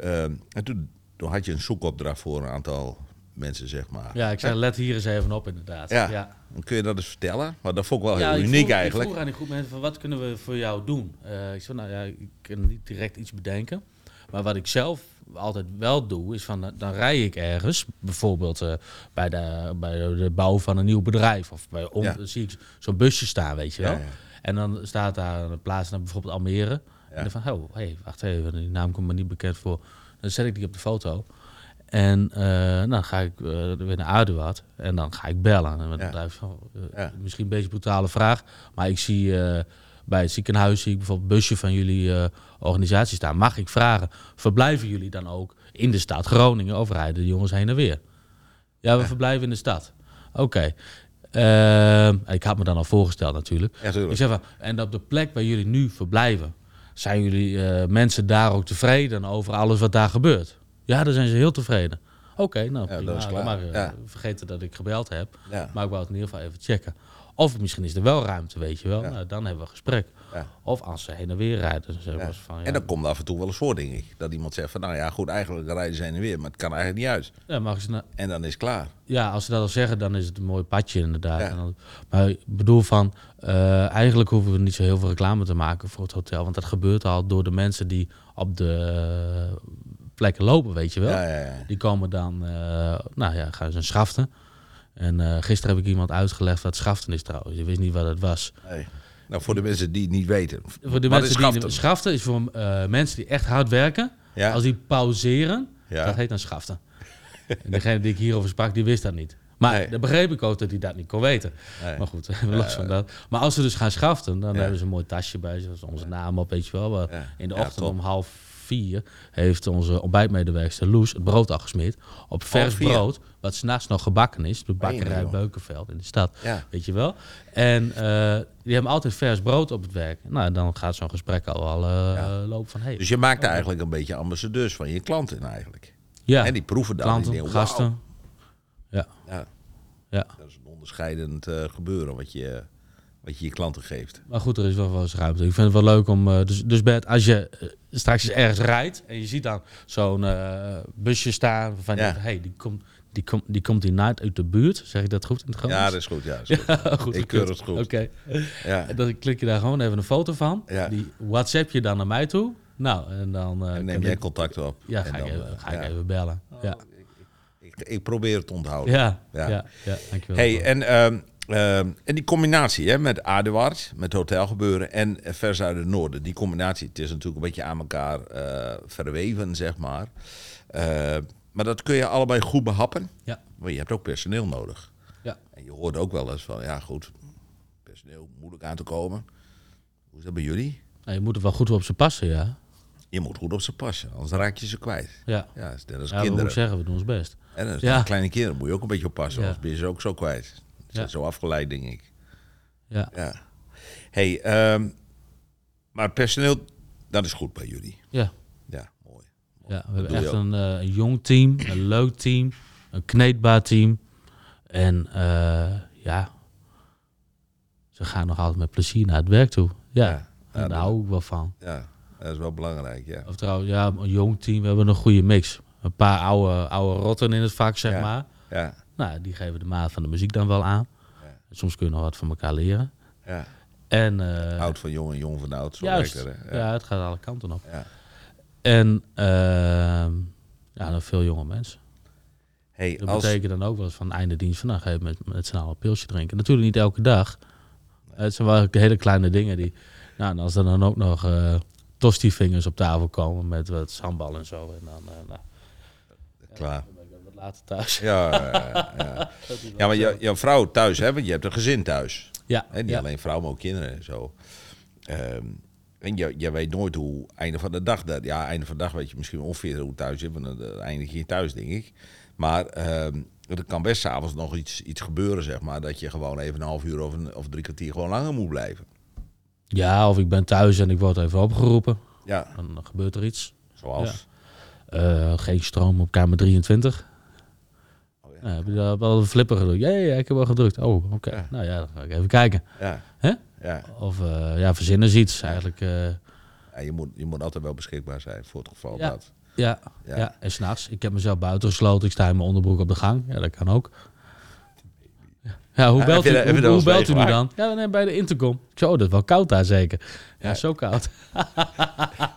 B: Ehm, en toen, toen had je een zoekopdracht voor een aantal mensen, zeg maar.
C: ja, ik zei, let hier eens even op inderdaad.
B: Ja.
C: ja.
B: Kun je dat eens vertellen? Maar dat vond ik wel
C: Ja,
B: heel
C: ik
B: uniek
C: vroeg-
B: eigenlijk.
C: Ik vroeg aan die groep mensen van wat kunnen we voor jou doen? Eh, ik zei, nou ja, ik kan niet direct iets bedenken. Maar wat ik zelf altijd wel doe, is van dan- dan rij ik ergens, bijvoorbeeld eh, bij, de, bij de bouw van een nieuw bedrijf. Of bij on-
B: Ja.
C: dan zie ik zo'n busje staan, weet je wel.
B: Ja, ja.
C: En dan staat daar een plaats naar bijvoorbeeld Almere. En dan van, oh, hey, wacht even, die naam komt me niet bekend voor. Dan zet ik die op de foto. En eh, nou, dan ga ik eh, weer naar Aduard en dan ga ik bellen. En dan
B: Ja.
C: blijf ik van, eh,
B: Ja.
C: Misschien een beetje een brutale vraag. Maar ik zie eh, bij het ziekenhuis zie ik bijvoorbeeld een busje van jullie eh, organisatie staan. Mag ik vragen, verblijven jullie dan ook in de stad Groningen of rijden de jongens heen en weer? Ja, we verblijven in de stad. Oké. Ehm, ik had me dan al voorgesteld natuurlijk.
B: Ja, tuurlijk.
C: ik zeg van, en op de plek waar jullie nu verblijven, zijn jullie eh, mensen daar ook tevreden over alles wat daar gebeurt? Ja, daar zijn ze heel tevreden. Oké, nou
B: Ja,
C: prima.
B: dat is klaar.
C: Maar eh,
B: Ja.
C: vergeten dat ik gebeld heb.
B: Ja.
C: Maar ik wou het in ieder geval even checken. Of misschien is er wel ruimte, weet je wel.
B: Ja.
C: Nou, dan hebben we een gesprek.
B: Ja.
C: Of als ze heen en weer rijden. Dan zeggen
B: Ja.
C: we van, ja,
B: En dan komt er af en toe wel eens voor, denk ik. Dat iemand zegt van, nou ja, goed, eigenlijk rijden ze heen en weer, maar het kan eigenlijk niet uit.
C: ja, mag ik ze na-
B: En dan is het klaar.
C: Ja, als ze dat al zeggen, dan is het een mooi padje inderdaad.
B: Ja.
C: En dan- maar ik bedoel van, eh, eigenlijk hoeven we niet zo heel veel reclame te maken voor het hotel. Want dat gebeurt al door de mensen die op de eh, plekken lopen, weet je wel.
B: Ja, ja, ja.
C: Die komen dan, eh, nou ja, gaan ze een schaften. En eh, gisteren heb ik iemand uitgelegd wat schaften is trouwens. Je wist niet wat het was.
B: Nee. Nou, voor de mensen die het niet weten.
C: Voor de
B: Wat
C: mensen
B: is
C: die-
B: schaften?
C: schaften is voor eh, mensen die echt hard werken.
B: Ja.
C: Als die pauzeren,
B: Ja.
C: dat heet dan schaften. en degene die ik hierover sprak, die wist dat niet. Maar
B: Nee.
C: dat begreep ik ook dat hij dat niet kon weten.
B: Nee. Eh,
C: Maar goed, we los van dat. Maar als ze dus gaan schaften, dan
B: Ja.
C: hebben ze een mooi tasje bij ze. Dat is onze naam op, weet je wel. Maar
B: Ja.
C: In de
B: Ja,
C: ochtend
B: top.
C: om half vier heeft onze ontbijtmedewerkster Loes het brood al gesmeerd. Op vers
B: vier?
C: brood, wat s'nachts nog gebakken is. De
B: Meen je
C: bakkerij
B: nou?
C: Beukenveld in de stad.
B: Ja.
C: Weet je wel? En eh, die hebben altijd vers brood op het werk. Nou, dan gaat zo'n gesprek al wel eh, lopen van... Hey,
B: Dus je maakt
C: Oh.
B: er eigenlijk een beetje ambassadeurs van je klanten eigenlijk.
C: ja,
B: En die proeven dan.
C: klanten,
B: die denken, wauw.
C: gasten. Ja,
B: Ja,
C: ja.
B: dat is een onderscheidend eh, gebeuren wat je, wat je je klanten geeft.
C: Maar goed, er is wel wel eens ruimte. Ik vind het wel leuk om... eh, dus, dus Bert, als je eh, straks eens ergens rijdt... en je ziet dan zo'n eh, busje staan... van
B: Ja.
C: hey, die komt... Die, komt die komt die naad uit de buurt. Zeg ik dat goed in het Gronings?
B: Ja, dat is goed. Ja, dat is goed.
C: Ja, goed.
B: Ik keur het goed.
C: Oké.
B: Ja.
C: En Dan klik je daar gewoon even een foto van.
B: Ja.
C: Die WhatsApp je dan naar mij toe. Nou, en dan... eh,
B: En
C: kan
B: neem jij
C: ik-
B: contact op. En
C: Ja, ga,
B: dan,
C: ik, even,
B: eh,
C: ga ik
B: ja.
C: even bellen. ja.
B: Ik, ik probeer het te onthouden.
C: Ja,
B: Ja.
C: ja, ja, dankjewel.
B: Hey, en, ehm, ehm, en die combinatie hè, met Aduard, met hotelgebeuren en eh, vers uit het noorden. Die combinatie, het is natuurlijk een beetje aan elkaar eh, verweven, zeg maar. Eh, maar dat kun je allebei goed behappen.
C: Ja,
B: Maar je hebt ook personeel nodig.
C: ja.
B: En je hoort ook wel eens van, ja goed, personeel moeilijk aan te komen. Hoe is dat bij jullie?
C: Nou, je moet er wel goed op ze passen, ja.
B: Je moet goed op ze passen, anders raak je ze kwijt.
C: Ja,
B: Ja, dat is net als
C: ja dat moet ik
B: kinderen.
C: zeggen, we doen ons best.
B: En dat is
C: Ja.
B: net kleine kinderen moet je ook een beetje oppassen,
C: Ja.
B: anders ben je ze ook zo kwijt. Ze zijn
C: Ja.
B: zo afgeleid, denk ik.
C: Ja,
B: Ja. Hey, ehm, maar het personeel, dat is goed bij jullie.
C: ja.
B: Ja, mooi.
C: ja. we hebben
B: doe je
C: echt
B: ook.
C: een, eh, een jong team, een leuk team, een kneedbaar team. En eh, ja, ze gaan nog altijd met plezier naar het werk toe. Ja,
B: Ja,
C: en
B: ja,
C: daar
B: dat-
C: hou ik wel van.
B: Ja, dat is wel belangrijk, ja.
C: Of trouwens, ja, een jong team, we hebben een goede mix. Een paar oude, oude rotten in het vak, zeg
B: Ja.
C: maar.
B: Ja,
C: Nou, die geven de maat van de muziek dan wel aan.
B: Ja.
C: Soms kun je nog wat van elkaar leren.
B: ja.
C: En eh,
B: Oud van jong en jong van oud, zo
C: Juist.
B: werkt dat, hè?
C: ja. het gaat alle kanten op.
B: Ja.
C: En ehm, ja, dan veel jonge mensen.
B: Hey,
C: Dat
B: als,
C: betekent dan ook wel eens van einde dienst vandaag even met, met z'n allen een pilsje drinken. Natuurlijk niet elke dag. Het zijn wel hele kleine dingen die. Nou, en als er dan ook nog eh tosti-vingers op tafel komen met wat sambal en zo. En dan, eh, nou,
B: klaar.
C: dan ben ik wel wat later thuis.
B: Ja, ja, ja. ja, maar jou- jouw vrouw thuis, hè? Want je hebt een gezin thuis.
C: Ja,
B: Hè? Niet
C: ja.
B: alleen vrouw, maar ook kinderen en zo. Ehm, en jij, jij weet nooit hoe einde van de dag dat. Ja, einde van de dag weet je misschien ongeveer hoe het thuis zit, want dan eh, eindig je thuis, denk ik. Maar ehm, er kan best s'avonds nog iets, iets gebeuren, zeg maar. Dat je gewoon even een half uur of, een, of drie kwartier gewoon langer moet blijven.
C: ja, of ik ben thuis en ik word even opgeroepen.
B: Ja,
C: Dan dan gebeurt er iets.
B: zoals.
C: Eh, geen stroom op kamer 23.
B: Oh ja.
C: Nou, heb je daar wel een flipper gedrukt? Ja, ja, ja, ik heb wel gedrukt. Oh, oké.
B: Ja.
C: Nou ja, dan ga ik even kijken.
B: Ja,
C: Hè?
B: ja.
C: Of eh, ja, verzinnen is iets eigenlijk. eh,
B: En je, moet, je moet altijd wel beschikbaar zijn voor het geval
C: Ja.
B: dat.
C: ja,
B: Ja.
C: ja. en s'nachts. Ik heb mezelf buiten gesloten. Ik sta in mijn onderbroek op de gang. Ja, dat kan ook. Ja, hoe
B: Ja,
C: belt
B: Eh, heb je
C: u,
B: dat- heb je
C: hoe,
B: dat
C: hoe
B: wel eens
C: belt u nu dan?
B: meegemaakt?
C: Ja, nee, bij de intercom. Ik zo, dat is wel koud daar zeker. Ja,
B: Ja.
C: zo koud.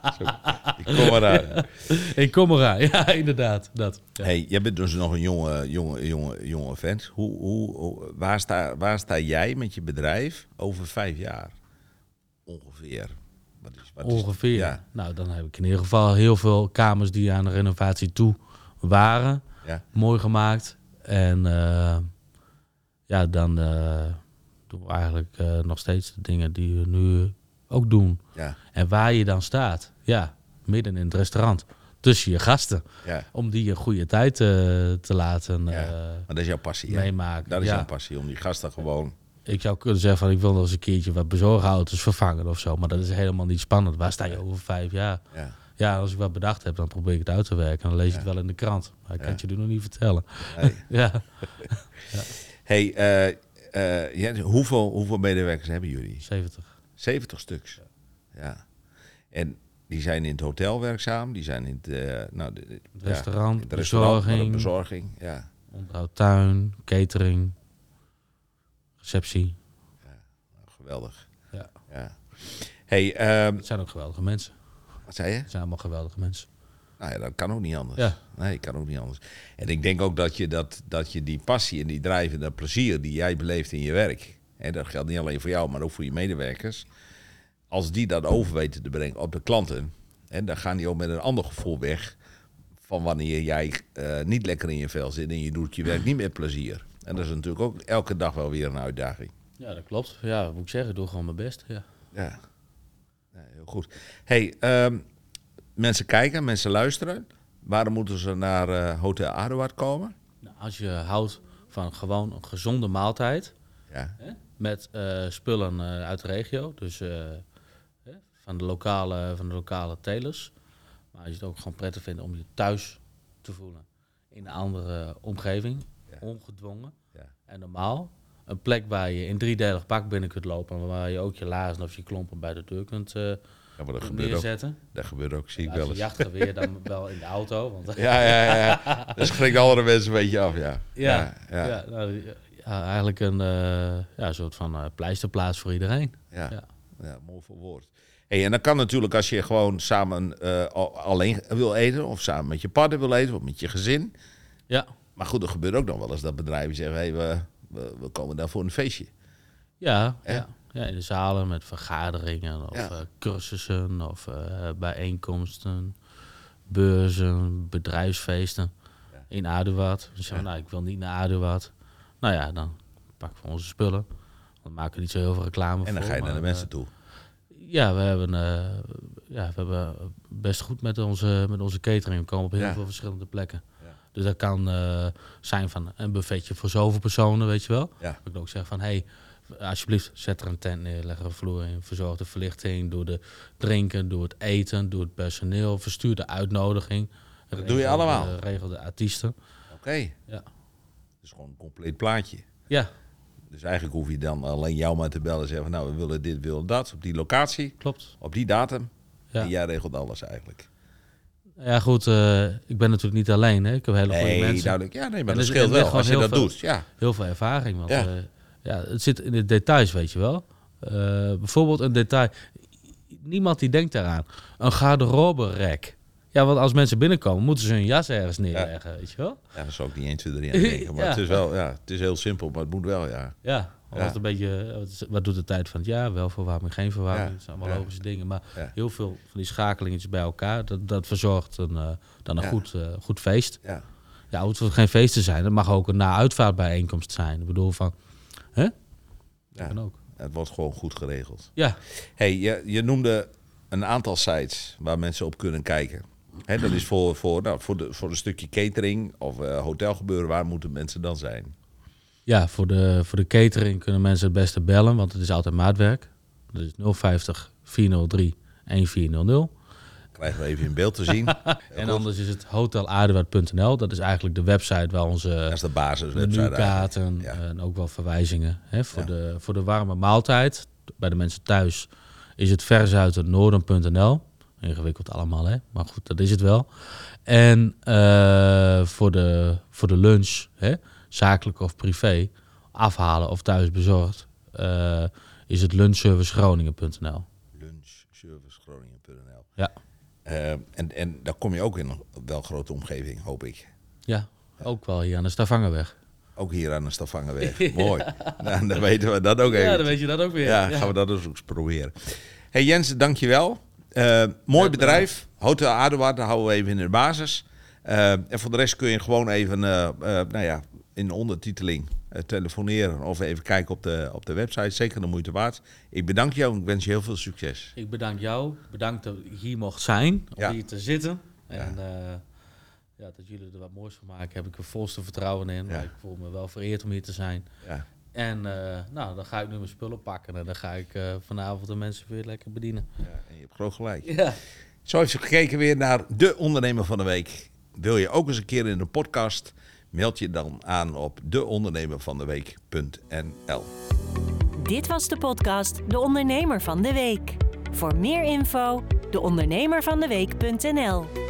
C: Ah.
B: Ik kom maar uit.
C: Ik kom eraan. Ja, inderdaad. Dat. Ja.
B: Hey, jij bent dus nog een jonge, jonge, jonge, jonge vent. Hoe, hoe, hoe- waar, sta, waar sta jij met je bedrijf over vijf jaar? Ongeveer. Wat is, wat is-
C: Ongeveer.
B: ja,
C: Nou, dan heb ik in ieder geval heel veel kamers die aan de renovatie toe waren.
B: ja.
C: mooi gemaakt. En eh, ja, dan eh, doen we eigenlijk eh, nog steeds de dingen die we nu ook doen.
B: Ja,
C: En waar je dan staat, ja, midden in het restaurant, tussen je gasten.
B: ja.
C: Om die een goede tijd eh, te laten
B: Ja.
C: eh,
B: Maar dat is jouw passie, hè?
C: meemaken.
B: Dat is
C: ja.
B: jouw passie, om die gasten gewoon...
C: Ik zou kunnen zeggen van ik wil nog eens een keertje wat bezorgauto's vervangen of zo. Maar dat is helemaal niet spannend. Waar sta je over vijf jaar?
B: Ja.
C: Ja, als ik wat bedacht heb, dan probeer ik het uit te werken. En dan lees je het wel in de krant. Maar ik kan het je nu nog niet vertellen.
B: Nee.
C: Ja.
B: Hey, eh, eh, Jens, hoeveel, hoeveel medewerkers hebben jullie?
C: 70.
B: 70 stuks. Ja. En die zijn in het hotel werkzaam, die zijn in het, eh, nou, de- de- ja,
C: restaurant,
B: in het restaurant, maar ook
C: bezorging.
B: bezorging. Ja.
C: Onderhoud tuin, catering, receptie.
B: Nou, Geweldig.
C: Ja.
B: Ja. Hey, ehm,
C: Het zijn ook geweldige mensen.
B: wat zei je?
C: Het zijn allemaal geweldige mensen.
B: Nou ja, dat kan ook niet anders.
C: Ja.
B: Nee, kan ook niet anders. En ik denk ook dat je, dat, dat je die passie en die drijf en dat plezier die jij beleeft in je werk, hè, dat geldt niet alleen voor jou, maar ook voor je medewerkers, als die dat over weten te brengen op de klanten, hè, dan gaan die ook met een ander gevoel weg van wanneer jij eh, niet lekker in je vel zit en je doet je werk niet met plezier. En dat is natuurlijk ook elke dag wel weer een uitdaging.
C: Ja, dat klopt. Ja, moet ik zeggen, ik doe gewoon mijn best. Ja.
B: Ja, ja heel goed. Hey, ehm, mensen kijken, mensen luisteren. Waarom moeten ze naar eh, Hotel Aduard komen?
C: Nou, als je houdt van gewoon een gezonde maaltijd
B: Ja,
C: hè, met eh, spullen eh, uit de regio, dus eh, hè, van, de lokale, van de lokale telers. Maar als je het ook gewoon prettig vindt om je thuis te voelen in een andere omgeving,
B: Ja.
C: ongedwongen
B: Ja.
C: en normaal. Een plek waar je in driedelig pak binnen kunt lopen en waar je ook je laarzen of je klompen bij de deur kunt eh,
B: ja maar dat gebeurt ook.
C: neerzetten.
B: Dat gebeurt ook, zie ik
C: Ja, als
B: wel
C: je
B: eens.
C: jachtgeweer dan wel in de auto, want
B: Ja, ja, ja. Dat schrikt andere mensen een beetje af, ja.
C: Ja,
B: ja,
C: ja.
B: ja.
C: nou, ja, eigenlijk een eh, ja, een soort van eh, pleisterplaats voor iedereen.
B: ja.
C: Ja.
B: Ja, mooi verwoord. Hey, en dan kan natuurlijk als je gewoon samen eh, al- alleen wil eten, of samen met je partner wil eten, of met je gezin.
C: Ja,
B: Maar goed, er gebeurt ook nog wel eens dat bedrijven zeggen: hey, we, we, we komen daar voor een feestje.
C: ja,
B: Ja.
C: ja. ja in de zalen met vergaderingen of
B: Ja.
C: eh, cursussen of eh, bijeenkomsten, beurzen, bedrijfsfesten
B: Ja.
C: in Aduard. Dus ja. nou, ik wil niet naar Aduard. Nou ja, dan pakken we onze spullen. We maken niet zo heel veel reclame
B: En dan
C: voor,
B: ga je naar de
C: maar,
B: mensen toe.
C: Ja, we hebben, eh, ja, we hebben best goed met onze, met onze catering. We komen op heel
B: Ja.
C: veel verschillende plekken.
B: Ja.
C: Dus dat kan eh, zijn van een buffetje voor zoveel personen, weet je wel.
B: Ja.
C: Ik kan ook zeggen van, hé, hey, alsjeblieft, zet er een tent neer, leg er een vloer in, verzorg de verlichting, doe de drinken, doe het eten, doe het personeel, verstuur de uitnodiging.
B: doe je
C: Regel de-
B: allemaal?
C: Regel de artiesten.
B: Oké.
C: Ja.
B: Dat is gewoon een compleet plaatje.
C: ja,
B: Dus eigenlijk hoef je dan alleen jou maar te bellen en zeggen: van, Nou, we willen dit, we willen dat. Op die locatie,
C: klopt.
B: op die datum.
C: Ja.
B: En jij regelt alles eigenlijk.
C: Ja, goed, eh, ik ben natuurlijk niet alleen, hè. Ik heb hele goede
B: Nee,
C: mensen.
B: duidelijk. Ja, nee, maar
C: En
B: dat
C: dus-
B: scheelt
C: en er
B: wel
C: ligt
B: als je
C: gewoon
B: dat
C: heel
B: doet. Ja.
C: heel veel ervaring. Want
B: Ja.
C: ja. ja, het zit in de details, weet je wel. Eh, bijvoorbeeld een detail. Niemand die denkt daaraan. Een garderoberek. Ja, want als mensen binnenkomen, moeten ze hun jas ergens neerleggen, weet je wel?
B: ja, dat is ook niet 1, 2, 3 aan denken. Maar
C: Ja.
B: het, is wel, ja, het is heel simpel, maar het moet wel, ja.
C: Ja,
B: Ja.
C: al is het een beetje, eh, wat is- wat doet de tijd van het jaar? Wel verwarming, geen verwarming.
B: Ja,
C: Dat zijn allemaal
B: ja.
C: logische dingen. Maar
B: Ja.
C: heel veel van die schakelingetjes bij elkaar, dat, dat verzorgt een, eh, dan een
B: Ja.
C: goed, eh, goed feest.
B: ja.
C: Ja, het hoeft geen feest te zijn. Het mag ook een na-uitvaartbijeenkomst zijn. Ik bedoel van, hè?
B: Ja.
C: Dat kan ook.
B: Het wordt gewoon goed geregeld.
C: Ja,
B: Hey, je, je noemde een aantal sites waar mensen op kunnen kijken. Hè, dat is voor, voor, nou, voor, de, voor een stukje catering of eh, hotelgebeuren. Waar moeten mensen dan zijn?
C: Ja, voor de, voor de catering kunnen mensen het beste bellen, want het is altijd maatwerk. Dat is 050 403 1400.
B: Krijgen we even in beeld te zien.
C: En anders is het hotelaardewaard.nl. Dat is eigenlijk de website waar onze
B: Dat is de basis.
C: menukaarten
B: Ja.
C: en ook wel verwijzingen. Hè, voor,
B: Ja.
C: de, voor de warme maaltijd bij de mensen thuis is het verzuitennoorden.nl. Ingewikkeld allemaal, hè? maar goed, dat is het wel. En eh, voor, de, voor de lunch, hè, zakelijk of privé, afhalen of thuis bezorgd, eh, is het lunchservicegroningen.nl.
B: lunchservicegroningen.nl.
C: Ja.
B: Eh, en, en daar kom je ook in een wel grote omgeving, hoop ik.
C: Ja, ook wel hier aan de Stavangerweg.
B: Ook hier aan de Stavangenweg. Mooi. Nou, dan weten we dat ook even.
C: Ja, dan weet je dat ook weer.
B: Ja, gaan we dat dus ook eens proberen. Hey Jens, dankjewel. Eh mooi bedrijf. Hotel Aduard, daar houden we even in de basis. Eh, en voor de rest kun je gewoon even, eh, eh, nou ja, in de ondertiteling eh, telefoneren of even kijken op de, op de website. Zeker de moeite waard. Ik bedank jou en ik wens je heel veel succes.
C: Ik bedank jou. Bedankt dat ik hier mocht zijn. Om
B: Ja.
C: hier te zitten. En eh, ja, dat jullie er wat moois van maken. Heb ik er volste vertrouwen in. Maar
B: Ja.
C: ik voel me wel vereerd om hier te zijn.
B: Ja.
C: En eh, nou, dan ga ik nu mijn spullen pakken. En dan ga ik eh, vanavond de mensen weer lekker bedienen.
B: Ja, en je hebt groot gelijk.
C: Ja.
B: Zo heeft ze gekeken weer naar de ondernemer van de week. Wil je ook eens een keer in de podcast Meld je dan aan op deondernemervandeweek.nl.
A: Dit was de podcast De Ondernemer van de Week. Voor meer info, deondernemervandeweek.nl